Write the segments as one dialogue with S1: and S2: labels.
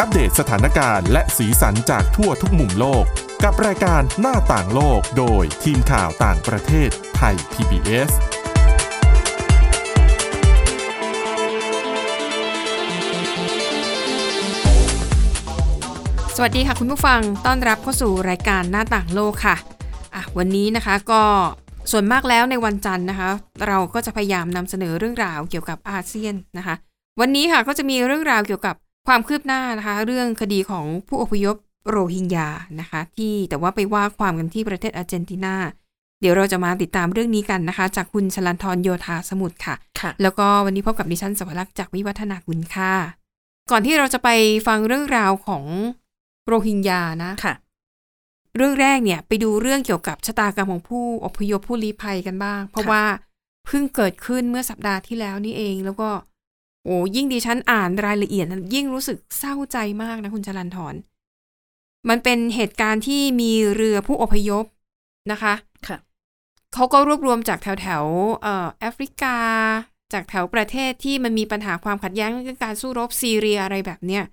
S1: อัปเดตสถานการณ์และสีสันจากทั่วทุกมุมโลก กับรายการหน้าต่างโลกโดยทีมข่าวต่างประเทศไทย PBS
S2: สวัสดีค่ะคุณผู้ฟังต้อนรับเข้าสู่รายการหน้าต่างโลกค่ะอ่ะ วันนี้นะคะก็ส่วนมากแล้วในวันจันทร์นะคะ เราก็จะพยายามนำเสนอเรื่องราวเกี่ยวกับอาเซียนนะคะ วันนี้ค่ะก็จะมีเรื่องราวเกี่ยวกับความคืบหน้านะคะ เรื่องคดีของผู้อพยพโรฮิงญานะคะ ที่แต่ว่าไปว่าความกันที่ประเทศอาร์เจนตินา เดี๋ยวเราจะมาติดตามเรื่องนี้กันนะคะ จากคุณชลันทรโยธาสมุทรค่ะ
S3: ค่ะ
S2: แล้วก็วันนี้พบกับดิฉันสวรักษ์จากวิวัฒนาคุณค่ะ ก่อนที่เราจะไปฟังเรื่องราวของโรฮิงญานะ
S3: ค่ะ
S2: เรื่องแรกเนี่ยไปดูเรื่องเกี่ยวกับชะตากรรมของผู้อพยพผู้ลี้ภัยกันบ้าง เพราะ
S3: ค่ะ
S2: ว่าเพิ่งเกิดขึ้นเมื่อสัปดาห์ที่แล้วนี่เอง แล้วก็โอ้ยิ่งดิฉันอ่านรายละเอียดนั้นยิ่งรู้สึกเศร้าใจมากนะคุณชลันทรมันเป็นเหตุการณ์ที่มีเรือผู้อพยพนะคะ
S3: ค่ะ
S2: เขาก็รวบรวมจากแถวแถวๆเอ่อแอฟริกา จากแถวประเทศที่มันมีปัญหาความขัดแย้งเรื่องการสู้รบซีเรียอะไรแบบเนี้ย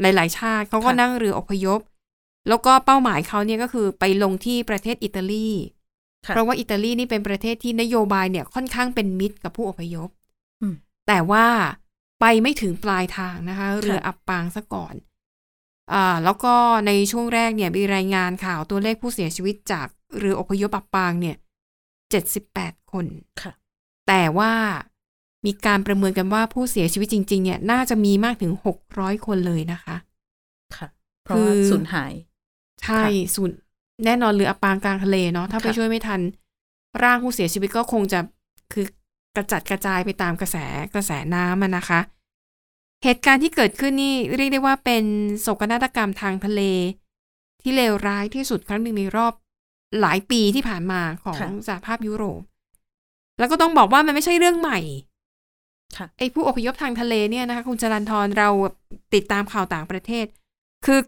S2: หลาย ๆ ชาติเขาก็
S3: ค่ะ
S2: นั่งเรืออพยพ แล้วก็เป้าหมายเขาเนี่ยก็คือไปลงที่ประเทศอิตาลี
S3: ค่ะ
S2: เพราะว่าอิตาลีนี่เป็นประเทศที่นโยบายเนี่ยค่อนข้างเป็นมิตรกับผู้อพยพ
S3: อืม
S2: แต่ว่าไปไม่ถึงปลายทางนะคะ เรืออับปางซะก่อน อ่า แล้วก็ในช่วงแรกเนี่ยมีรายงานข่าวตัวเลขผู้เสียชีวิตจากเรืออพยพอับปางเนี่ยเจ็ดสิบแปดคน
S3: ค่ะ
S2: แต่ว่ามีการประเมินกันว่าผู้เสียชีวิตจริง ๆ เนี่ยน่าจะมีมากถึงหกร้อยคนเลยนะคะ
S3: ค่ะ เพราะว่า
S2: คือ
S3: สูญหาย
S2: ใช่ศูนย์แน่นอนเรืออับปางกลางทะเลเนาะถ้าไป
S3: ค่ะ
S2: ช่วยไม่ทัน ร่างผู้เสียชีวิตก็คงจะคือกระจัดกระจายไปตามกระแสกระแสน้ำอะนะคะ เหตุการณ์ที่เกิดขึ้นนี่เรียกได้ว่าเป็นโศกนาฏกรรมทางทะเล ที่เลวร้ายที่สุดครั้งหนึ่งในรอบหลายปีที่ผ่านมาของสหภาพยุโรป แล้วก็ต้องบอกว่ามันไม่ใช่เรื่องใหม่
S3: ค่ะ
S2: ไอ้ผู้อพยพทางทะเลเนี่ยนะคะคุณจรันทรเราติดตามข่าวต่างประเทศ คือ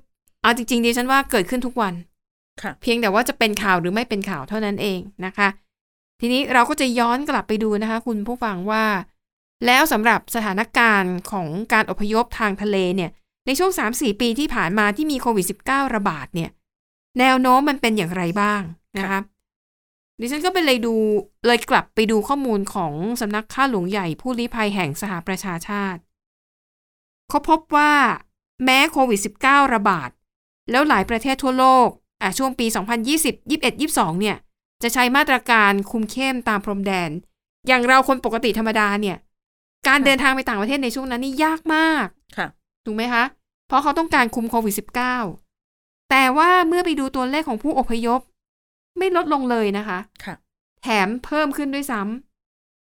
S2: เอาจริงๆดิฉันว่าเกิดขึ้นทุกวัน
S3: ค่ะ
S2: เพียงแต่ว่าจะเป็นข่าวหรือไม่เป็นข่าวเท่านั้นเองนะคะ ทีนี้เราก็จะย้อนกลับไปดูนะคะ คุณผู้ฟังว่า แล้วสำหรับสถานการณ์ของการอพยพทางทะเลเนี่ยในช่วง 3-4 ปีที่ผ่านมาที่มีโควิด -19 ระบาดเนี่ย แนวโน้มมันเป็นอย่างไรบ้างนะคะดิฉันก็ไปเลยดูเลยกลับไปดูข้อมูลของสำนักข้าหลวงใหญ่ผู้ลี้ภัยแห่งสหประชาชาติ เขาพบว่าแม้โควิด -19 ระบาด แล้วหลายประเทศทั่วโลกอ่ะช่วงปี 2020 21 22 เนี่ย จะใช้มาตรการคุมเข้มตามพรมแดน อย่างเราคนปกติธรรมดาเนี่ย การ
S3: ค่ะ
S2: เดินทางไปต่างประเทศในช่วงนั้นนี่ยากมาก
S3: ค่ะ
S2: ถูกไหมคะ เพราะเขาต้องการคุมโควิด -19 แต่ว่าเมื่อไปดูตัวเลขของผู้อพยพ ไม่ลดลงเลยนะคะ
S3: ค่ะ
S2: แถมเพิ่มขึ้นด้วยซ้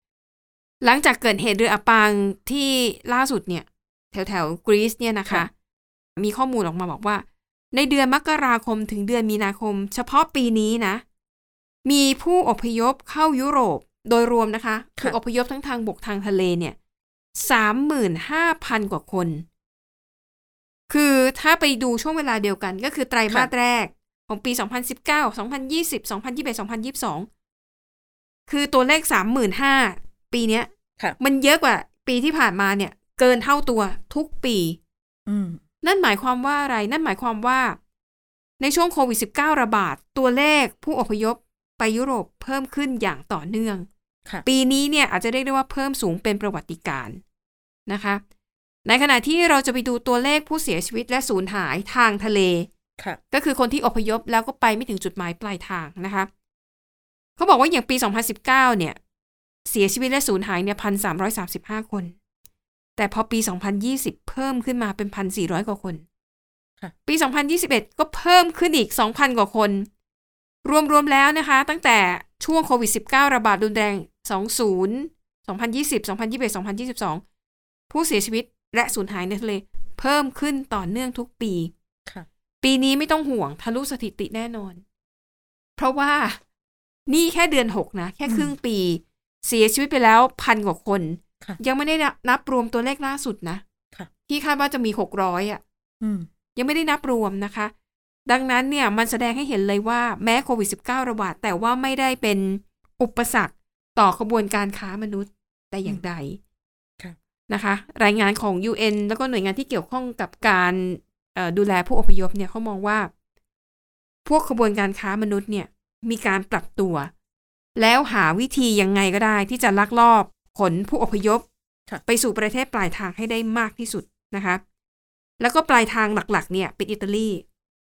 S2: ำ หลังจากเกิดเหตุเรืออับปางที่ล่าสุดเนี่ย แถวแถวๆกรีซเนี่ยนะคะ
S3: ค่ะ
S2: มีข้อมูลออกมาบอกว่า ในเดือนมกราคมถึงเดือนมีนาคม เฉพาะปีนี้นะ มีผู้อพยพเข้ายุโรปโดยรวมนะคะถูกอพยพทั้งทางบกทางทะเลเนี่ยสามหมื่นห้าพันกว่าคน คือถ้าไปดูช่วงเวลาเดียวกัน ก็คือไตรมาสแรกของปี 2019 2020 2021 2022 คือตัวเลข 35,000 ปีเนี้ย
S3: ค่ะ
S2: มันเยอะกว่าปีที่ผ่านมาเนี่ย เกินเท่าตัวทุกปี
S3: อืม
S2: นั่นหมายความว่าอะไร นั่นหมายความว่า ในช่วงโควิด -19 ระบาด ตัวเลขผู้อพยพไปยุโรปเพิ่มขึ้นอย่างต่อเนื่อง
S3: ค่ะ
S2: ปีนี้เนี่ยอาจจะเรียกได้ว่าเพิ่มสูงเป็นประวัติการณ์นะคะ ในขณะที่เราจะไปดูตัวเลขผู้เสียชีวิตและสูญหายทางทะเล
S3: ค่ะ
S2: ก็คือคนที่อพยพแล้วก็ไปไม่ถึงจุดหมายปลายทางนะคะ เขาบอกว่าอย่างปี 2019 เนี่ย เสียชีวิตและสูญหายเนี่ยพันสามร้อยสามสิบห้าคน แต่พอปี 2020 เพิ่มขึ้นมาเป็นพันสี่ร้อยกว่าคน
S3: ค่ะ
S2: ปี 2021 ก็เพิ่มขึ้นอีก 2,000 กว่าคน รวม ๆ แล้วนะคะ ตั้งแต่ช่วงโควิด -19 ระบาดรุนแรง 20 2020 2021 2022 ผู้เสียชีวิตและสูญหายในทะเลเพิ่มขึ้นต่อเนื่องทุกปี
S3: ค่ะ
S2: ปีนี้ไม่ต้องห่วงทะลุสถิติแน่นอน เพราะว่านี่แค่เดือนหกนะ แค่ครึ่งปี เสียชีวิตไปแล้วพันกว่าคน
S3: ค่ะ
S2: ยังไม่ได้นับรวมตัวเลขล่าสุดนะ
S3: ค่ะ
S2: ที่คาดว่าจะมีหกร้อยอ่ะ
S3: อืม
S2: ยังไม่ได้นับรวมนะคะ ดังนั้นเนี่ยมันแสดงให้เห็นเลยว่าแม้โควิด -19 ระบาด แต่ว่าไม่ได้เป็นอุปสรรคต่อขบวนการค้ามนุษย์แต่อย่างใด
S3: ค่ะ
S2: นะคะ รายงานของ UN แล้วก็หน่วยงานที่เกี่ยวข้องกับการเอ่อดูแลผู้อพยพเนี่ยเขามองว่า พวกขบวนการค้ามนุษย์เนี่ยมีการปรับตัว แล้วหาวิธียังไงก็ได้ที่จะลักลอบขนผู้อพยพ
S3: ค่ะ
S2: ไปสู่ประเทศปลายทางให้ได้มากที่สุดนะคะ แล้วก็ปลายทางหลักๆ เนี่ยเป็นอิตาลี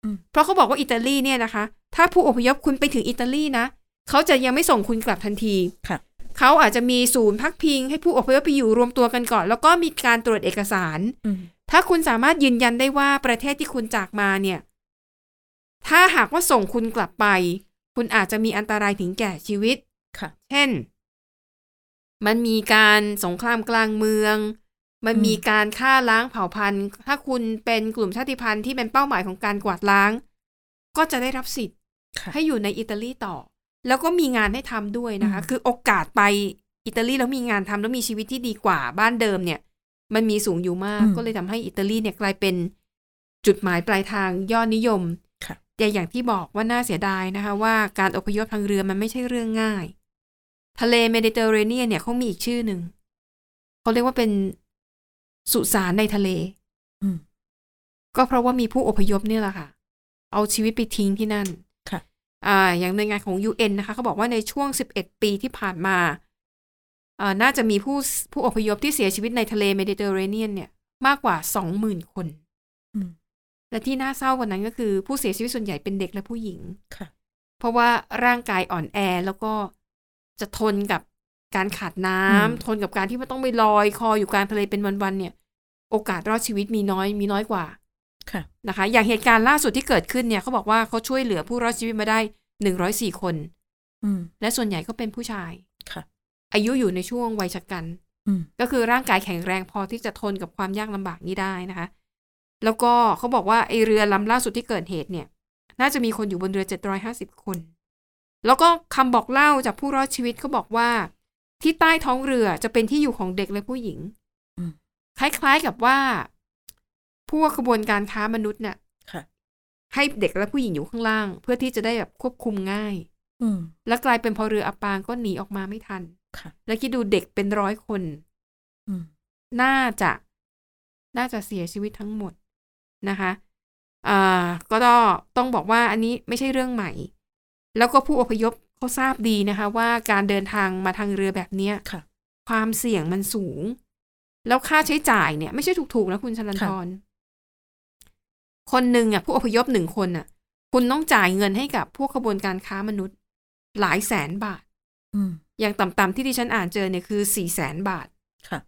S3: อืม
S2: เพราะเขาบอกว่าอิตาลีเนี่ยนะคะ ถ้าผู้อพยพคุณไปถึงอิตาลีนะเขาจะยังไม่ส่งคุณกลับทันที
S3: ค่ะ
S2: เขาอาจจะมีศูนย์พักพิง ให้ผู้อพยพไปอยู่รวมตัวกันก่อน แล้วก็มีการตรวจเอกสาร
S3: อืม
S2: ถ้าคุณสามารถยืนยันได้ว่าประเทศที่คุณจากมาเนี่ย ถ้าหากว่าส่งคุณกลับไป คุณอาจจะมีอันตรายถึงแก่ชีวิต
S3: ค่ะ
S2: เช่น มันมีการสงครามกลางเมือง มัน
S3: อืม
S2: มีการฆ่าล้างเผ่าพันธุ์ ถ้าคุณเป็นกลุ่มชาติพันธุ์ที่เป็นเป้าหมายของการกวาดล้าง ก็จะได้รับสิทธิ์
S3: ค่ะ
S2: ให้อยู่ในอิตาลีต่อ แล้วก็มีงานให้ทำด้วยนะคะ
S3: อืม
S2: คือโอกาสไปอิตาลีแล้วมีงานทำแล้วมีชีวิตที่ดีกว่าบ้านเดิมเนี่ย มันมีสูงอยู่มาก ก็เลยทำให้อิตาลีเนี่ยกลายเป็นจุดหมายปลายทางยอดนิยม
S3: ค่ะ
S2: แต่อย่างที่บอกว่าน่าเสียดายนะคะ ว่าการอพยพทางเรือมันไม่ใช่เรื่องง่าย ทะเลเมดิเตอร์เรเนียนเนี่ยเขามีอีกชื่อหนึ่งเขาเรียกว่าเป็นสุสานในทะเล
S3: อืม
S2: ก็เพราะว่ามีผู้อพยพเนี่ยแหละค่ะ เอาชีวิตไปทิ้งที่นั่น
S3: ค่ะ
S2: อ่าอย่างหน่วยงานของ UN นะคะเขาบอกว่าในช่วง 11 ปีที่ผ่านมาเอ่อน่าจะมีผู้ผู้อพยพที่เสียชีวิตในทะเลเมดิเตอร์เรเนียนเนี่ยมากกว่า 20,000 คน
S3: อืม
S2: และที่น่าเศร้ากว่านั้นก็คือผู้เสียชีวิตส่วนใหญ่เป็นเด็กและผู้หญิง
S3: ค่ะ
S2: เพราะว่าร่างกายอ่อนแอแล้วก็จะทนกับการขาดน้ำ
S3: อืม
S2: ทนกับการที่มันต้องไปลอยคออยู่กลางทะเลเป็นวันๆเนี่ย โอกาสรอดชีวิตมีน้อยมีน้อยกว่า
S3: ค่ะ
S2: นะคะอย่างเหตุการณ์ล่าสุดที่เกิดขึ้นเนี่ยเขาบอกว่าเขาช่วยเหลือผู้รอดชีวิตมาได้ 104 คน
S3: อืม
S2: และส่วนใหญ่ก็เป็นผู้ชาย
S3: ค่ะ
S2: อายุอยู่ในช่วงวัยชะกัน
S3: อืม
S2: ก็คือร่างกายแข็งแรงพอที่จะทนกับความยากลำบากนี้ได้นะคะ แล้วก็เขาบอกว่าไอเรือลำล่าสุดที่เกิดเหตุเนี่ย น่าจะมีคนอยู่บนเรือ 750 คน แล้วก็คำบอกเล่าจากผู้รอดชีวิตเขาบอกว่า ที่ใต้ท้องเรือจะเป็นที่อยู่ของเด็กและผู้หญิง
S3: อืม
S2: คล้ายๆกับว่าพวกขบวนการค้ามนุษย์เนี่ย
S3: ค่ะ
S2: ให้เด็กและผู้หญิงอยู่ข้างล่าง เพื่อที่จะได้แบบควบคุมง่าย
S3: อืม
S2: แล้วกลายเป็นพอเรืออับปางก็หนีออกมาไม่ทัน
S3: ค่ะ
S2: แล้วคิดดูเด็กเป็นร้อยคน
S3: อืม
S2: น่าจะน่าจะเสียชีวิตทั้งหมดนะคะอ่าก็ต้องบอกว่าอันนี้ไม่ใช่เรื่องใหม่ แล้วก็ผู้อพยพเขาทราบดีนะคะ ว่าการเดินทางมาทางเรือแบบเนี้ย
S3: ค่ะ
S2: ความเสี่ยงมันสูง แล้วค่าใช้จ่ายเนี่ย ไม่ใช่ถูกๆนะคุณชลันทรคนหนึ่งอ่ะผู้อพยพหนึ่งคนอ่ะ คุณต้องจ่ายเงินให้กับพวกขบวนการค้ามนุษย์ หลายแสนบาท
S3: อืม
S2: อย่างต่ำๆที่ดิฉันอ่านเจอเนี่ยคือสี่แสนบาท
S3: ค่ะ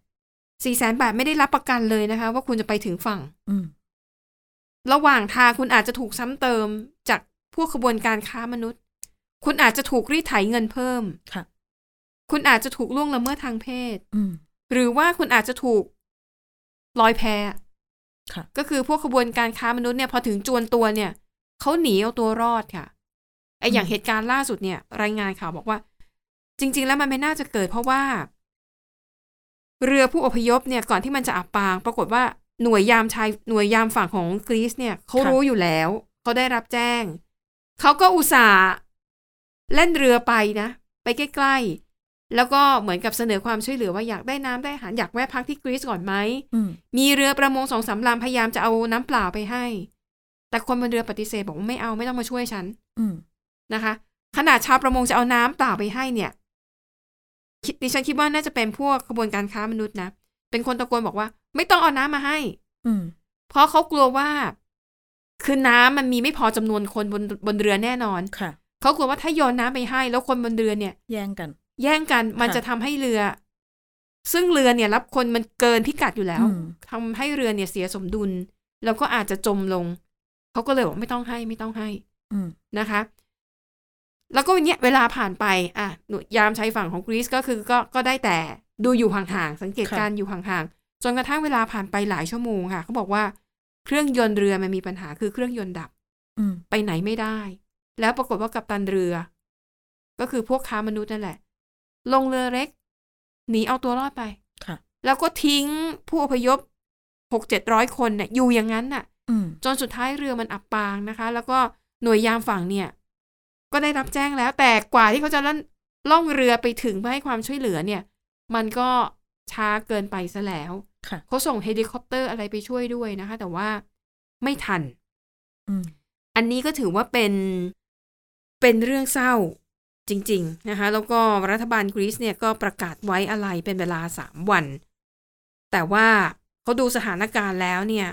S2: สี่แสนบาทไม่ได้รับประกันเลยนะคะ ว่าคุณจะไปถึงฝั่ง
S3: อืม
S2: ระหว่างทางคุณอาจจะถูกซ้ำเติมจากพวกขบวนการค้ามนุษย์ คุณอาจจะถูกรีดไถเงินเพิ่ม
S3: ค่ะ
S2: คุณอาจจะถูกล่วงละเมิดทางเพศ
S3: อืม
S2: หรือว่าคุณอาจจะถูกลอยแพ
S3: ค่ะ
S2: ก็คือพวกขบวนการค้ามนุษย์เนี่ยพอถึงจวนตัวเนี่ยเขาหนีเอาตัวรอดค่ะไออย่าง
S3: อืม
S2: เหตุการณ์ล่าสุดเนี่ย รายงานข่าวบอกว่า จริง ๆ แล้วมันไม่น่าจะเกิด เพราะว่า เรือผู้อพยพเนี่ยก่อนที่มันจะอับปาง ปรากฏว่าหน่วยยามชายหน่วยยามฝั่งของกรีซเนี่ยเขารู้อยู่แล้วเขาได้รับแจ้งเขาก็อุตส่าห์เล่นเรือไปนะ ไปใกล้ๆ แล้วก็เหมือนกับเสนอความช่วยเหลือว่าอยากได้น้ำได้อาหารอยากแวะพักที่กรีซก่อนไหม
S3: อืม
S2: มีเรือประมงสองสามลำพยายามจะเอาน้ำเปล่าไปให้ แต่คนบนเรือปฏิเสธบอกว่าไม่เอาไม่ต้องมาช่วยฉัน
S3: อืม
S2: นะคะ ขนาดชาวประมงจะเอาน้ำเปล่าไปให้เนี่ยคิดดิฉันคิดว่าน่าจะเป็นพวกขบวนการค้ามนุษย์นะ เป็นคนตะโกนบอกว่า ไม่ต้องเอาน้ำมาให้
S3: อืม
S2: เพราะเขากลัวว่า คือน้ำมันมีไม่พอจำนวนคนบนบนเรือแน่นอน
S3: ค่ะ
S2: เขากลัวว่าถ้าโยนน้ำไปให้ แล้วคนบนเรือเนี่ย
S3: แย่งกัน
S2: แย่งกันมัน
S3: ค่ะ
S2: จะทำให้เรือ ซึ่งเรือเนี่ยรับคนมันเกินพิกัดอยู่แล้ว
S3: อืม
S2: ทำให้เรือเนี่ยเสียสมดุล แล้วก็อาจจะจมลง เขาก็เลยบอกไม่ต้องให้ไม่ต้องให้
S3: อืม
S2: นะคะ แล้วก็เนี้ยเวลาผ่านไปอ่ะหน่วยยามชายฝั่งของกรีซก็คือก็ก็ได้แต่ดูอยู่ห่างๆสังเกต
S3: ค่ะ
S2: การณ์อยู่ห่างๆจนกระทั่งเวลาผ่านไปหลายชั่วโมงค่ะเขาบอกว่าเครื่องยนต์เรือมันมีปัญหาคือเครื่องยนต์ดับ
S3: อืม
S2: ไปไหนไม่ได้ แล้วปรากฏว่ากัปตันเรือ ก็คือพวกค้ามนุษย์นั่นแหละ ลงเรือเล็ก หนีเอาตัวรอดไป
S3: ค่ะ
S2: แล้วก็ทิ้งผู้อพยพหกเจ็ดร้อยคนเนี่ยอยู่อย่างนั้นน่ะ
S3: อืม
S2: จนสุดท้ายเรือมันอับปางนะคะ แล้วก็หน่วยยามฝั่งเนี่ย ก็ได้รับแจ้งแล้ว แต่กว่าที่เขาจะล่องล่องเรือไปถึงเพื่อให้ความช่วยเหลือเนี่ย มันก็ ช้าเกินไปซะแล้ว
S3: ค่ะ
S2: เขาส่งเฮลิคอปเตอร์อะไรไปช่วยด้วยนะคะ แต่ว่าไม่ทัน
S3: อืม
S2: อันนี้ก็ถือว่าเป็นเป็นเรื่องเศร้าจริง ๆ นะคะ แล้วก็รัฐบาลกรีซเนี่ยก็ประกาศไว้อะไรเป็นเวลาสามวัน แต่ว่าเขาดูสถานการณ์แล้วเนี่ย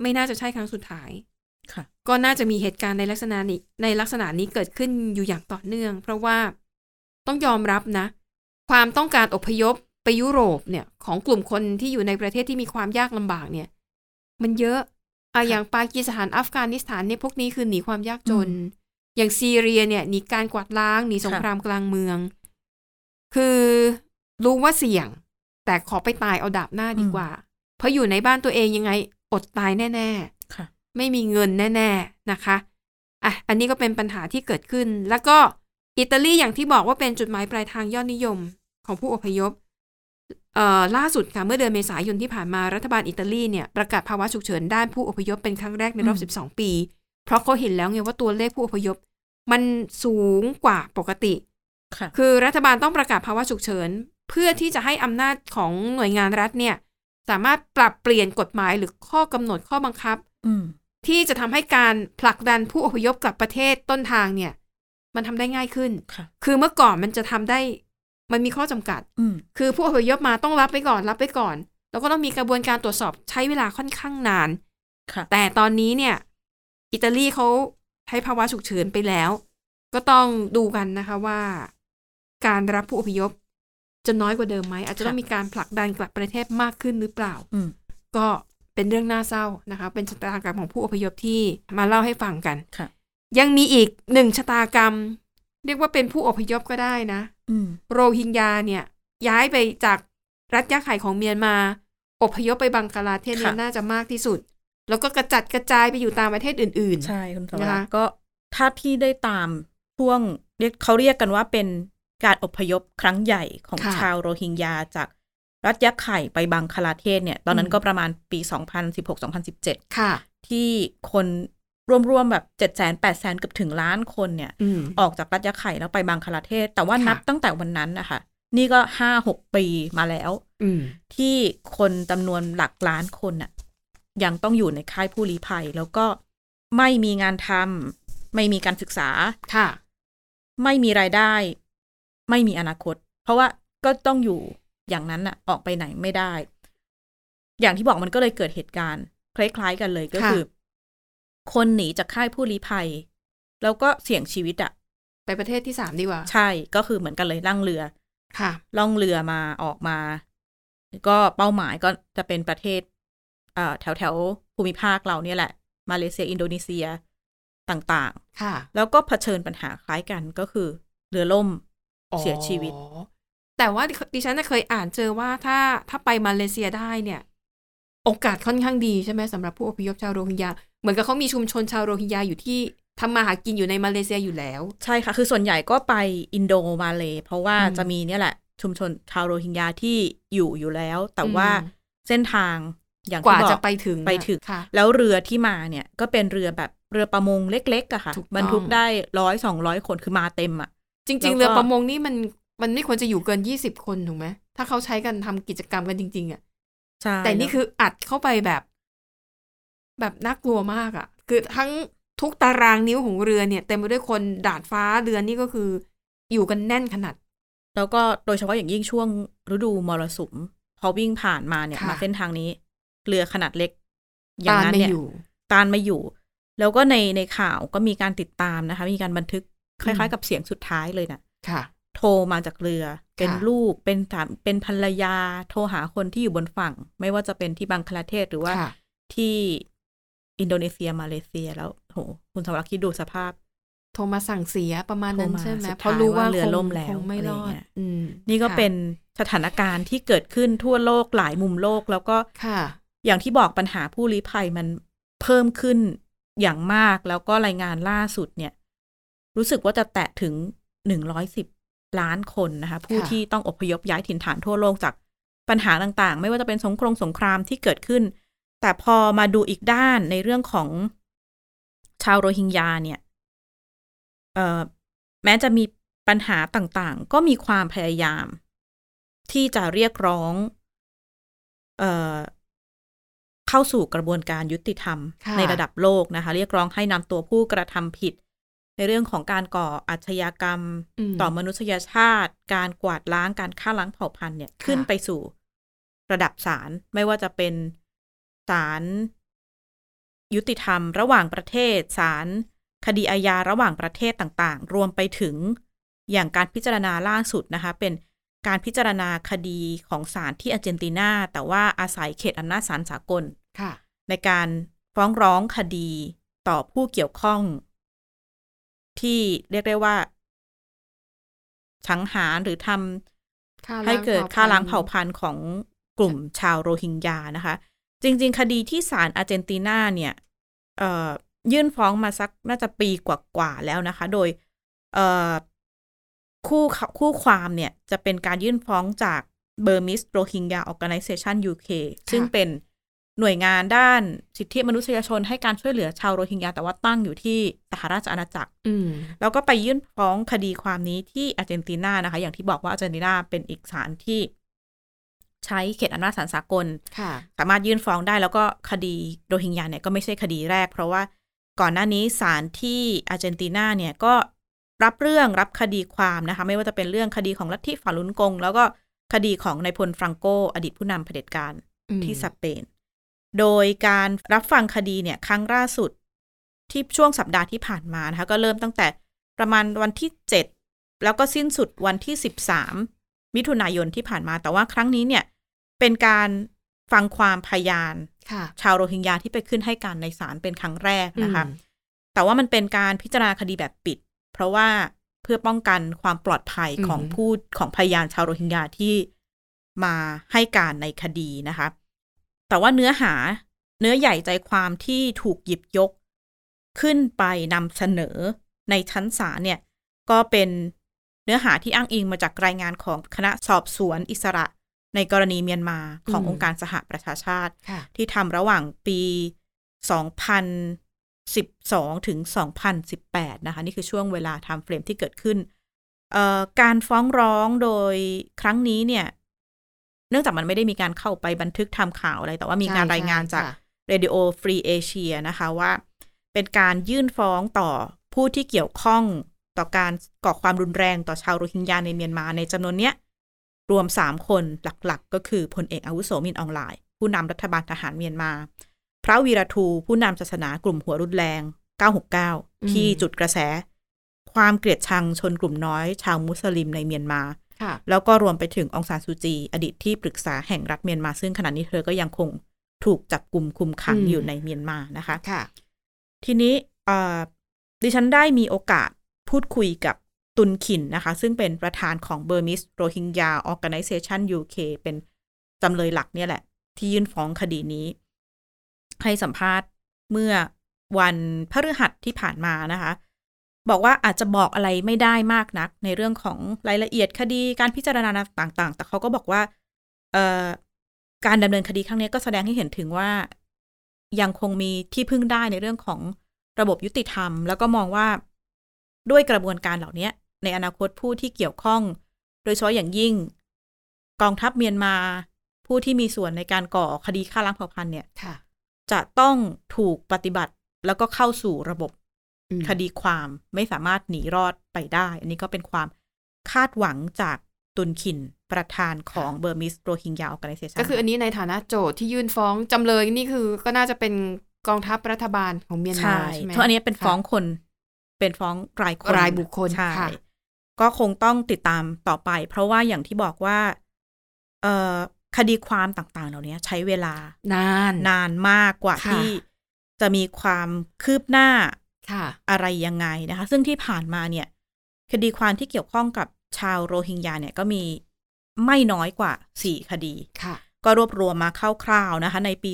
S2: ไม่น่าจะใช่ครั้งสุดท้าย
S3: ค่ะ
S2: ก็น่าจะมีเหตุการณ์ในลักษณะนี้ในลักษณะนี้เกิดขึ้นอยู่อย่างต่อเนื่อง เพราะว่าต้องยอมรับนะ ความต้องการอพยพไปยุโรปเนี่ยของกลุ่มคนที่อยู่ในประเทศที่มีความยากลำบากเนี่ย มันเยอะอะอย่างปากีสถานอัฟกานิสถานเนี่ยพวกนี้คือหนีความยากจน
S3: อืม
S2: อย่างซีเรียเนี่ยหนีการกวาดล้างหนีสง
S3: ค่ะ
S2: ครามกลางเมือง คือรู้ว่าเสี่ยง แต่ขอไปตายเอาดาบหน้าดีกว่า เพราะอยู่ในบ้านตัวเองยังไงอดตายแน่ ๆ
S3: ค่ะ
S2: ไม่มีเงินแน่ ๆ นะคะ อ่ะ อันนี้ก็เป็นปัญหาที่เกิดขึ้น แล้วก็อิตาลีอย่างที่บอกว่าเป็นจุดหมายปลายทางยอดนิยมของผู้อพยพ เอ่อ ล่าสุดค่ะ เมื่อเดือนเมษายนที่ผ่านมารัฐบาลอิตาลีเนี่ยประกาศภาวะฉุกเฉินด้านผู้อพยพเป็นครั้งแรกในรอบ
S3: อืม
S2: 12 ปี เพราะเขาเห็นแล้วไงว่าตัวเลขผู้อพยพ มันสูงกว่าปกติ
S3: ค่ะ
S2: คือรัฐบาลต้องประกาศภาวะฉุกเฉิน เพื่อที่จะให้อำนาจของหน่วยงานรัฐเนี่ยสามารถปรับเปลี่ยนกฎหมายหรือข้อกำหนดข้อบังคับ
S3: อืม
S2: ที่จะทำให้การผลักดันผู้อพยพกลับประเทศต้นทางเนี่ย มันทำได้ง่ายขึ้น
S3: ค่ะ
S2: คือเมื่อก่อนมันจะทำได้ มันมีข้อจำกัด
S3: อืม
S2: คือผู้อพยพมาต้องรับไปก่อนรับไปก่อน แล้วก็ต้องมีกระบวนการตรวจสอบใช้เวลาค่อนข้างนาน
S3: ค่ะ
S2: แต่ตอนนี้เนี่ย อิตาลีเขาให้ภาวะฉุกเฉินไปแล้ว ก็ต้องดูกันนะคะว่า การรับผู้อพยพจะน้อยกว่าเดิมไหมอาจจะต้องมีการผลักดันกลับประเทศมากขึ้นหรือเปล่า
S3: อืม
S2: ก็เป็นเรื่องน่าเศร้านะคะ เป็นชะตากรรมของผู้อพยพที่มาเล่าให้ฟังกัน
S3: ค่ะ
S2: ยังมีอีกหนึ่งชะตากรรม เรียกว่าเป็นผู้อพยพก็ได้นะ
S3: อืม
S2: โรฮิงญาเนี่ย ย้ายไปจากรัฐยะไข่ของเมียนมา อพยพไปบังกลาเทศเนี่ย
S3: ค่ะ
S2: น่าจะมากที่สุด แล้วก็กระจัดกระจายไปอยู่ตามประเทศอื่น
S3: ใช่คุณสว
S2: นะ
S3: รั
S2: คะ
S3: กษ์ก็ถ้าที่ได้ตามช่วงเรียกเขาเรียกกันว่าเป็นการอพยพครั้งใหญ่ของ
S2: ค่ะ
S3: ชาวโรฮิงญาจากรัฐยะไข่ไปบังคลาเทศเนี่ย ตอนนั้
S2: อื
S3: น
S2: ม
S3: ก็ประมาณปี 2016-2017
S2: ๆ ค่ะ
S3: ที่คนรวมๆแบบ7 0 0 0 0 8 0 0 0 เกือบถึงล้านคนเนี่ย
S2: อืม
S3: ออกจากรัฐยะไข่แล้วไปบังคลาเทศ แต่ว่า
S2: ค่ะ
S3: นับตั้งแต่วันนั้นนะคะนี่ก็ห้าหกปีมาแล้ว
S2: อืม
S3: ที่คนจำนวนหลักล้านคนน่ะ ยังต้องอยู่ในค่ายผู้ลี้ภัย แล้วก็ไม่มีงานทำไม่มีการศึกษา
S2: ค่ะ
S3: ไม่มีรายได้ ไม่มีอนาคต เพราะว่าก็ต้องอยู่อย่างนั้นน่ะ ออกไปไหนไม่ได้ อย่างที่บอกมันก็เลยเกิดเหตุการณ์ คล้ายๆกันเลยก็
S2: ค่ะ
S3: คือ คนหนีจากค่ายผู้ลี้ภัย แล้วก็เสี่ยงชีวิตอ่ะ
S2: ไปประเทศที่สามดีกว่า
S3: ใช่ก็คือเหมือนกันเลยล่างเรือ
S2: ค่ะ
S3: ล่องเรือมาออกมา ก็เป้าหมายก็จะเป็นประเทศเอ่อแถวแถวๆภูมิภาคเราเนี่ยแหละ มาเลเซีย อินโดนีเซียต่าง
S2: ค่ะ
S3: ๆ แล้วก็เผชิญปัญหาคล้ายกันก็คือ เรือล่ม เสียชีวิต
S2: อ๋อแต่ว่าดิฉันน่ะเคยอ่านเจอว่าถ้าถ้าไปมาเลเซียได้เนี่ย โอกาสค่อนข้างดีใช่ไหมสำหรับผู้อพยพชาวโรฮิงญาเหมือนกับเขามีชุมชนชาวโรฮิงญาอยู่ที่ทำมาหากินอยู่ในมาเลเซียอยู่แล้ว
S3: ใช่ค่ะ คือส่วนใหญ่ก็ไปอินโดมาเลยเพราะว่า
S2: อืม
S3: จะมีเนี่ยแหละ ชุมชนชาวโรฮิงญาที่อยู่อยู่แล้ว แต่ว่า
S2: อืม
S3: เส้นทางอย่าง
S2: ก
S3: ที่
S2: ว่า
S3: บอก
S2: จะไปถึง
S3: ไปถึง
S2: ค่ะ
S3: แล้วเรือที่มาเนี่ย ก็เป็นเรือแบบเรือประมงเล็กๆอะค่ะ
S2: ถูกต้อง
S3: บรรทุกได้ร้อยสองร้อยคนคือมาเต็มอะ
S2: จริง ๆ
S3: แล้
S2: เรือ
S3: วก็
S2: ประมงนี่มันมันไม่ควรจะอยู่เกินยี่สิบคนถูกไหมถ้าเขาใช้กันทำกิจกรรมกันจริง ๆอะ
S3: ใช่
S2: แต่นี่
S3: ล้ว
S2: คืออัดเข้าไปแบบ แบบน่ากลัวมากอะคือทั้งทุกตารางนิ้วของเรือเนี่ยเต็มไปด้วยคนดาดฟ้าเรือนี่ก็คือ อยู่กันแน่นขนาด
S3: แล้วก็โดยเฉพาะอย่างยิ่งช่วงฤดูมรสุม พอวิ่งผ่านมาเนี่ย
S2: ค่ะ
S3: มาเส้นทางนี้เรือขนาดเล็ก อย่าง
S2: ตาล
S3: นั้น
S2: ไม่
S3: เนี่ย
S2: อยู่
S3: ตานไม่อยู่ แล้วก็ในในข่าวก็มีการติดตามนะคะ มีการบันทึกค
S2: อื
S3: ล้าม ย ๆ กับเสียงสุดท้ายเลยนะ
S2: ค่ะ
S3: โทรมาจากเรือ เป็นลูกเป็นสามเป็นภรรยา โทรหาคนที่อยู่บนฝั่ง ไม่ว่าจะเป็นที่บังคลาเทศหรือว่า
S2: ค่ะ
S3: ที่อินโดนีเซียมาเลเซียแล้วโหคุณสมรักษ์คิดดูสภาพ
S2: โทรมาสั่งเสียประมาณนั้น
S3: โทรมา
S2: ใช่ไหม
S3: สุดท้าย
S2: เพราะรู้ว่า
S3: ว่าเรือ
S2: คง
S3: ล่มแล้ว
S2: คงไม่รอด
S3: อะไรอย่างเงี้ย
S2: อืม
S3: นี่ก็
S2: ค่ะ
S3: เป็นสถานการณ์ที่เกิดขึ้นทั่วโลกหลายมุมโลกแล้วก็
S2: ค่ะ
S3: อย่างที่บอกปัญหาผู้ลี้ภัยมันเพิ่มขึ้นอย่างมากแล้วก็รายงานล่าสุดเนี่ย รู้สึกว่าจะแตะถึงหนึ่งร้อยสิบล้านคนนะคะ ผู้
S2: ค่ะ
S3: ที่ต้องอพยพย้ายถิ่นฐานทั่วโลกจากปัญหาต่างๆ ไม่ว่าจะเป็นสงครามสงครามที่เกิดขึ้น แต่พอมาดูอีกด้านในเรื่องของชาวโรฮิงญาเนี่ย เอ่อแม้จะมีปัญหาต่างๆ ก็มีความพยายาม ที่จะเรียกร้อง เอ่อเข้าสู่กระบวนการยุติธรรม
S2: ค่ะ
S3: ในระดับโลกนะคะ เรียกร้องให้นำตัวผู้กระทำผิด ในเรื่องของการก่ออาชญากรรม
S2: ม
S3: ต่อมนุษยชาติ การกวาดล้างการฆ่าล้างเผ่าพันธุ์เนี่ย
S2: ค่ะ
S3: ขึ้นไปสู่ระดับศาลไม่ว่าจะเป็นศาลยุติธรรม ระหว่างประเทศศาลคดีอาญาระหว่างประเทศต่างๆ รวมไปถึงอย่างการพิจารณาล่าสุดนะคะ เป็นการพิจารณาคดีของศาลที่อาร์เจนตินา แต่ว่าอาศัยเขตอำนาจศาลสากล
S2: ค่ะ
S3: ในการฟ้องร้องคดีต่อผู้เกี่ยวข้อง ที่เรียกได้ว่าสังหารหรือ
S2: ฆ่า
S3: ทำ
S2: ล้าง
S3: ให้เกิดฆ่าล้าง
S2: เผ่าพั
S3: เผ่าพั
S2: น
S3: น
S2: ธุ์
S3: ธุ์ของกลุ่มชาวโรฮิงญานะคะ จริง ๆ คดีที่ศาลอาร์เจนตินาเนี่ยเอ่อยื่นฟ้องมาสักน่าจะปีกว่าๆแล้วนะคะ โดยเอ่อคู่คู่ความเนี่ยจะเป็นการยื่นฟ้องจากเบอร์มิสโรฮิงญาออ g a n i z a t i o n UK ซึ่งเป็น หน่วยงานด้านสิทธิมนุษยชนให้การช่วยเหลือชาวโรฮิงญาแต่ว่าตั้งอยู่ที่สหราชอาณาจักร
S2: อืม
S3: แล้วก็ไปยื่นฟ้องคดีความนี้ที่อาร์เจนตินานะคะ อย่างที่บอกว่าอาร์เจนตินาเป็นอีกศาลที่ใช้เขตอำนาจศาลสากล
S2: ค่ะ
S3: สามารถยื่นฟ้องได้แล้วก็คดีโรฮิงญาเนี่ยก็ไม่ใช่คดีแรก เพราะว่าก่อนหน้านี้ศาลที่อาร์เจนตินาเนี่ยก็รับเรื่องรับคดีความนะคะ ไม่ว่าจะเป็นเรื่องคดีของลัทธิฝาลุนกง แล้วก็คดีของนายพลฟรังโกอดีตผู้นำเผด็จการ
S2: อืม
S3: ที่สเปน โดยการรับฟังคดีเนี่ย ครั้งล่าสุดที่ช่วงสัปดาห์ที่ผ่านมานะคะ ก็เริ่มตั้งแต่ประมาณวันที่ 7 แล้วก็สิ้นสุดวันที่ 13 มิถุนายนที่ผ่านมา แต่ว่าครั้งนี้เนี่ย เป็นการฟังความพยาน
S2: ค่ะ
S3: ชาวโรฮิงญาที่ไปขึ้นให้การในศาลเป็นครั้งแรกนะคะ
S2: อืม
S3: แต่ว่ามันเป็นการพิจารณาคดีแบบปิด เพราะว่าเพื่อป้องกันความปลอดภัยของผู้ของพยานชาวโรฮิงญาที่มาให้การในคดีนะคะ แต่ว่าเนื้อหาเนื้อใหญ่ใจความที่ถูกหยิบยกขึ้นไปนำเสนอในชั้นศาลเนี่ย ก็เป็นเนื้อหาที่อ้างอิงมาจากรายงานของคณะสอบสวนอิสระในกรณีเมียนมาขององค์การสหประชาชาติ
S2: ค่ะ
S3: ที่ทำระหว่างปี 2012 ถึง 2018 นะคะ นี่คือช่วงเวลาไทม์เฟรมที่เกิดขึ้นเอ่อการฟ้องร้องโดยครั้งนี้เนี่ย เนื่องจากมันไม่ได้มีการเข้าไปบันทึกทำข่าวอะไร แต่ว่ามีการ
S2: ใช่
S3: รายงาน
S2: ใช่
S3: จาก
S2: ค่ะ
S3: Radio Free Asia นะคะว่า เป็นการยื่นฟ้องต่อผู้ที่เกี่ยวข้องต่อการก่อความรุนแรงต่อชาวโรฮิงญาในเมียนมาในจำนวนเนี้ย รวม 3 คนหลักๆ ก็คือพลเอกอาวุโสมินอองไลน์ผู้นำรัฐบาลทหารเมียนมา พระวีรทู ผู้นำศาสนากลุ่มหัวรุนแรง
S2: อืม
S3: 969 ที่จุดกระแส ความเกลียดชังชนกลุ่มน้อย ชาวมุสลิมในเมียนมา
S2: ค่ะ
S3: แล้วก็รวมไปถึงองซานซูจี อดีตที่ปรึกษาแห่งรัฐเมียนมา ซึ่งขณะนี้เธอก็ยังคงถูกจับกลุ่มคุมขัง
S2: อืม
S3: อยู่ในเมียนมานะคะ
S2: ค่ะ
S3: ทีนี้เอ่อดิฉันได้มีโอกาสพูดคุยกับตุนขินนะคะ ซึ่งเป็นประธานของเบอร์มิสโรฮิงญา Organization UK เป็นจำเลยหลักเนี่ยแหละ ที่ยื่นฟ้องคดีนี้ ให้สัมภาษณ์เมื่อวันพฤหัสที่ผ่านมานะคะ บอกว่าอาจจะบอกอะไรไม่ได้มากนัก ในเรื่องของรายละเอียดคดีการพิจารณาต่างๆ แต่เขาก็บอกว่าเอ่อการดำเนินคดีครั้งนี้ก็แสดงให้เห็นถึงว่า ยังคงมีที่พึ่งได้ในเรื่องของระบบยุติธรรม แล้วก็มองว่าด้วยกระบวนการเหล่านี้ในอนาคตผู้ที่เกี่ยวข้อง โดยเฉพาะอย่างยิ่ง กองทัพเมียนมา ผู้ที่มีส่วนในการก่อคดีฆ่าล้างเผ่าพันธุ์เนี่ย
S2: ค่ะ
S3: จะต้องถูกปฏิบัติแล้วก็เข้าสู่ระบบ
S2: อืม
S3: คดีความไม่สามารถหนีรอดไปได้ อันนี้ก็เป็นความคาดหวังจากตุนขินประธานของเบอร์มิสโรฮิงญาออแกไนเซชัน
S2: ก็คืออันนี้ในฐานะโจทย์ที่ยื่นฟ้องจำเลยนี่คือก็น่าจะเป็นกองทัพรัฐบาลของเมียนมา
S3: ใช่
S2: ใช่ไหม
S3: เพราะอันนี้เป็น
S2: ค่ะ
S3: ฟ้องคน เป็นฟ้องรายคน
S2: รายบุคคล
S3: ใช่
S2: ค่ะ
S3: ก็คงต้องติดตามต่อไป เพราะว่าอย่างที่บอกว่าเอ่อคดีความต่างๆ เหล่านี้ใช้เวลา
S2: นาน
S3: นานมากกว่า
S2: ค่ะ
S3: ที่จะมีความคืบหน้า
S2: ค่ะ
S3: อะไรยังไงนะคะ ซึ่งที่ผ่านมาเนี่ย คดีความที่เกี่ยวข้องกับชาวโรฮิงญาเนี่ยก็มีไม่น้อยกว่า 4 คดี
S2: ค่ะ
S3: ก็รวบรวมมาคร่าวๆนะคะ ในปี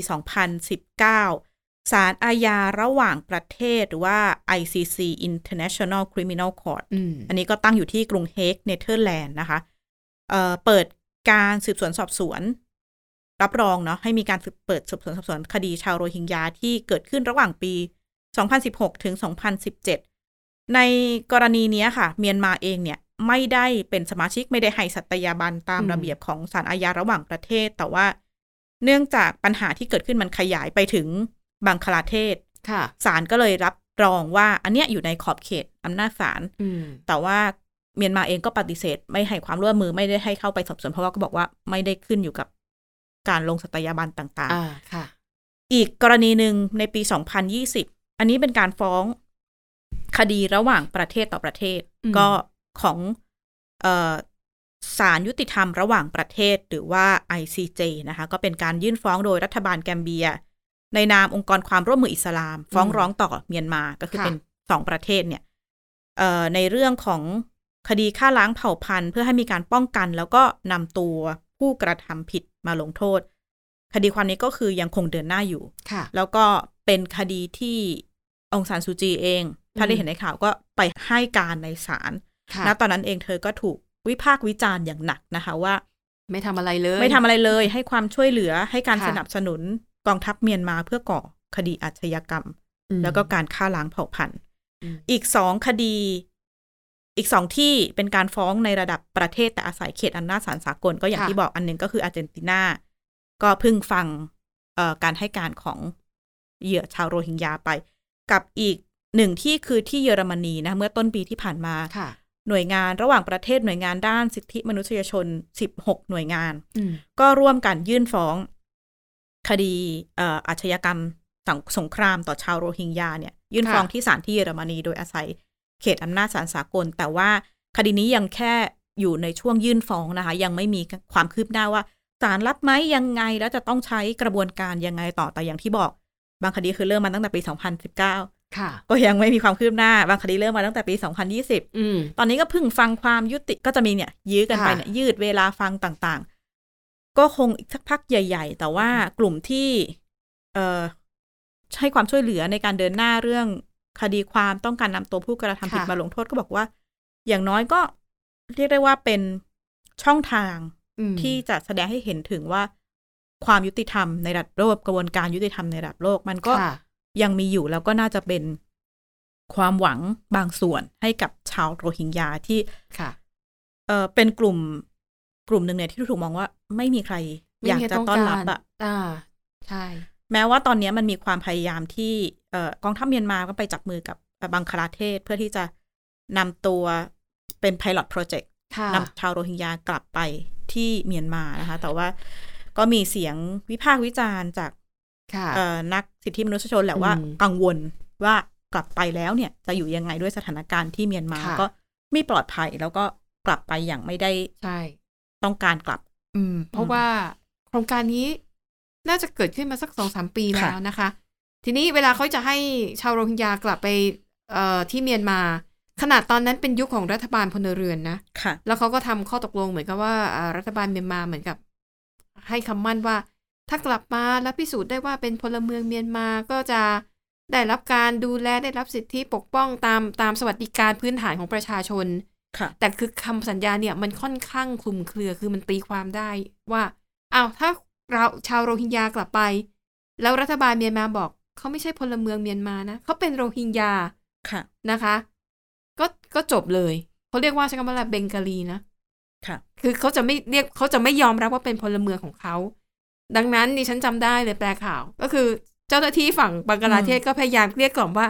S3: 2019 ศาลอาญาระหว่างประเทศหรือว่า ICC International Criminal Court
S2: อืม
S3: อันนี้ก็ตั้งอยู่ที่กรุงเฮกเนเธอร์แลนด์นะคะเอ่อเปิดการสืบสวนสอบสวน รับรองเนาะให้มีการสืบเปิดสืบสวนสอบสวนคดีชาวโรฮิงญาที่เกิดขึ้นระหว่างปี 2016 ถึง 2017 ในกรณีเนี้ยค่ะ เมียนมาเองเนี่ย ไม่ได้เป็นสมาชิกไม่ได้ให้สัตยาบันตามระเบียบของศาลอาญาระหว่างประเทศ แต่ว่า เนื่องจากปัญหาที่เกิดขึ้นมันขยายไปถึงบังคลาเทศ
S2: ค่ะ
S3: ศาลก็เลยรับรองว่าอันเนี้ยอยู่ในขอบเขตอำนาจศาล
S2: อืม
S3: แต่ว่าเมียนมาเองก็ปฏิเสธ ไม่ให้ความร่วมมือไม่ได้ให้เข้าไปสอบสวนเพราะว่าก็บอกว่าไม่ได้ขึ้นอยู่กับการลงสัตยาบันต่าง
S2: อ่าค่ะ
S3: ๆ อีกกรณีหนึ่งในปี 2020 อันนี้เป็นการฟ้องคดีระหว่างประเทศต่อประเทศ
S2: อืม
S3: ก็ของเอ่อศาลยุติธรรมระหว่างประเทศหรือว่า ICJ นะคะก็เป็นการยื่นฟ้องโดยรัฐบาลแกมเบีย ในนามองค์กรความร่วมมืออิสลาม ฟ้องร้องต่อเมียนมาก็คือ
S2: ค่ะ
S3: เป็นสองประเทศเนี่ย เอ่อในเรื่องของคดีฆ่าล้างเผ่าพันธุ์ เพื่อให้มีการป้องกันแล้วก็นำตัวผู้กระทำผิดมาลงโทษ คดีความนี้ก็คือยังคงเดินหน้าอยู่
S2: ค่ะ
S3: แล้วก็เป็นคดีที่องซานซูจีเอง ถ้าได้เห็นในข่าวก็ไปให้การในศาล
S2: ค่ะ
S3: ณตอนนั้นเองเธอก็ถูกวิพากษ์วิจารณ์อย่างหนักนะคะว่า
S2: ไม่ทำอะไรเลย
S3: ไม่ทำอะไรเลย ให้ความช่วยเหลือให้การ
S2: ค่ะ
S3: สนับสนุนกองทัพเมียนมาเพื่อก่อคดีอาชญากรรม
S2: อืม
S3: แล้วก็การฆ่าล้างเผ่าพันธุ์
S2: อืม
S3: อีกสองคดี อีกสองที่เป็นการฟ้องในระดับประเทศแต่อาศัยเขตอำนาจศาลสากลก็อย่างที่บอกอันหนึงก็คืออาร์เจนตินา ก็เพึ่งฟังเอ่อการให้การของเหยื่อชาวโรฮิงญาไป กับอีกหนึ่งที่คือที่เยอรมนีนะ เมื่อต้นปีที่ผ่านมา
S2: ค่ะ
S3: หน่วยงานระหว่างประเทศหน่วยงานด้านสิทธิมนุษยชน 16 หน่วยงาน
S2: อืม
S3: ก็ร่วมกันยื่นฟ้องคดีเอ่ออาชญากรรมสังสงครามต่อชาวโรฮิงญาเนี่ย ยื่นฟ้อง
S2: ค่ะ
S3: ที่ศาลที่เยอรมนีโดยอาศัยเขตอำนาจศาลสากล แต่ว่าคดีนี้ยังแค่อยู่ในช่วงยื่นฟ้องนะคะ ยังไม่มีความคืบหน้าว่าศาลรับไหมยังไงแล้วจะต้องใช้กระบวนการยังไงต่อแต่อย่างที่บอก บางคดีคือเริ่มมาตั้งแต่ปี 2019
S2: ค่ะ
S3: ก็ยังไม่มีความคืบหน้า บางคดีเริ่มมาตั้งแต่ปี 2020
S2: อืม
S3: ตอนนี้ก็เพึ่งฟังความยุติก็จะมีเนี่ย ยื้อกันไป
S2: ค่ะ
S3: เนี่ยยืดเวลาฟังต่างๆ ก็คงอีกสักพักใหญ่ ๆ แต่ว่ากลุ่มที่ เอ่อให้ความช่วยเหลือในการเดินหน้าเรื่องคดีความต้องการนำตัวผู้กระทำผิดมาลงโทษก็บอกว่า อย่างน้อยก็เรียกได้ว่าเป็นช่องทาง
S2: อืม
S3: ที่จะแสดงให้เห็นถึงว่าความยุติธรรมในระดับโลกกระบวนการยุติธรรมในระดับโลกมันก็
S2: ค่ะ
S3: ยังมีอยู่แล้วก็น่าจะเป็นความหวังบางส่วนให้กับชาวโรฮิงญาที่
S2: ค่ะ
S3: เออเป็นกลุ่มกลุ่มหนึ่งเนี่ยที่ถูกมองว่าไม่มีใครอยากจะต้อนรับอะ
S2: อ่า ใช่
S3: แม้ว่าตอนเนี้ยมันมีความพยายามที่เออกองทัพเมียนมาก็ไปจับมือกับเอ่อบังคลาเทศเพื่อที่จะนำตัวเป็น pilot project
S2: ค่ะ
S3: นำชาวโรฮิงญากลับไปที่เมียนมานะคะ แต่ว่าก็มีเสียงวิพากษ์วิจารณ์จาก
S2: ค่ะ
S3: เอ่อนักสิทธิมนุษยชนแหละว่า
S2: อืม
S3: กังวลว่ากลับไปแล้วเนี่ย จะอยู่ยังไงด้วยสถานการณ์ที่เมียนมา
S2: ค่ะ
S3: ก็ไม่ปลอดภัยแล้วก็กลับไปอย่างไม่ได้
S2: ใช่
S3: ต้องการกลับ
S2: อืม เพ
S3: อื
S2: ราะ
S3: ม
S2: ว่าโครงการนี้น่าจะเกิดขึ้นมาสักสองสามปีแล้ว
S3: ค่ะ
S2: นะคะ ทีนี้เวลาเขาจะให้ชาวโรฮิงญากลับไปเอ่อที่เมียนมา ขนาดตอนนั้นเป็นยุคของรัฐบาลพลเรือนนะ
S3: ค่ะ
S2: แล้วเขาก็ทำข้อตกลงเหมือนกับว่าอ่ารัฐบาลเมียนมาเหมือนกับ ให้คำมั่นว่า ถ้ากลับมาแล้วพิสูจน์ได้ว่าเป็นพลเมืองเมียนมาก็จะได้รับการดูแลได้รับสิทธิปกป้องตามตามสวัสดิการพื้นฐานของประชาชน
S3: ค่ะ
S2: แต่คือคำสัญญาเนี่ยมันค่อนข้างคลุมเครือคือมันตีความได้ว่าอ้าวถ้าเราชาวโรฮิงญากลับไป แล้วรัฐบาลเมียนมาบอกเขาไม่ใช่พลเมืองเมียนมานะเขาเป็นโรฮิงญา
S3: ค่ะ
S2: นะคะ ก็ก็จบเลยเขาเรียกว่าใช้คำว่าอะไรเบงกาลีนะ
S3: ค่ะ
S2: คือเขาจะไม่เรียกเขาจะไม่ยอมรับว่าเป็นพลเมืองของเขา ดังนั้นดิฉันจำได้เลยแปลข่าว ก็คือเจ้าหน้าที่ฝั่งบังกลาเทศก็พยายามเกลี้ยกล่อมว่า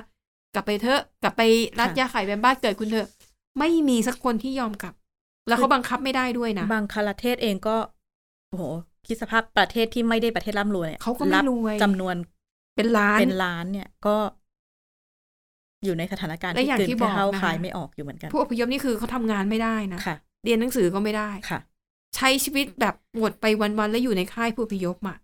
S2: กลับไปเถอะกลับไปรัด
S3: ค่ะ
S2: ยาไข่เป็นบ้านเกิดคุณเถอะ ไม่มีสักคนที่ยอมกลับ แล้ว
S3: คือ
S2: เขาบังคับไม่ได้ด้วยนะ
S3: บางคลาเทศเองก็โอ้โหคิดสภาพประเทศที่ไม่ได้ประเทศร่ำรวยนี่ย
S2: เขาก็ไม่รวย
S3: บจำนวน
S2: เป็นล้าน
S3: เป็นล้านเนี่ยก็ อยู่ในสถานการณ์
S2: และ
S3: ที่
S2: อย่าง
S3: กลืน
S2: ที่
S3: ไม่เข้า
S2: บอกนะคะ
S3: คายไม่ออกอยู่เหมือนกัน
S2: ผู้อพยพนี่คือเขาทำงานไม่ได้นะ
S3: ค่ะ
S2: เรียนหนังสือก็ไม่ได้
S3: ค่ะ
S2: ใช้ชีวิตแบบหมดไปวันๆแล้วอยู่ในค่ายผู้อพยพอะ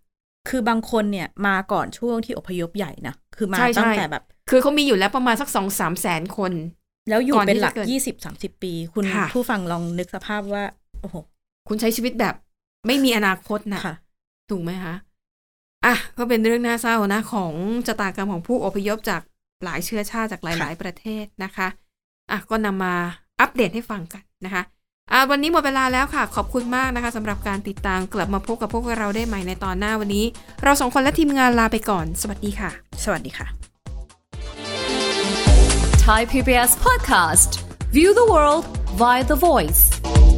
S3: คือบางคนเนี่ย มาก่อนช่วงที่อพยพใหญ่นะคือมา
S2: ใช่ใช่
S3: ตั้งแต่แบบ
S2: คือเขามีอยู่แล้วประมาณสักสองสามแสนคน
S3: แล้วอยู่
S2: ก่อนที่
S3: เป็นหลัก
S2: จะเกิด
S3: ยี่สิบสามสิบปี คุณ
S2: ค่ะ
S3: ผู้ฟังลองนึกสภาพว่า โอ้โห
S2: คุณใช้ชีวิตแบบ ไม่มีอนาคตนะ
S3: ค่ะ
S2: ถูกไหมคะ อ่ะ ก็เป็นเรื่องน่าเศร้านะ ของชะตากรรมของผู้อพยพจากหลายเชื้อชาติจากหลาย ๆ ประเทศนะคะ อ่ะ ก็นำมาอัปเดตให้ฟังกันนะคะ อ่ะ วันนี้หมดเวลาแล้วค่ะ ขอบคุณมากนะคะสำหรับการติดตามกลับมาพบกับพวกเราได้ใหม่ในตอนหน้าวันนี้ เราสองคนและทีมงานลาไปก่อน สวัสดีค่ะ
S3: สวัสดีค่ะ
S4: Thai PBS podcast. View the world via the voice.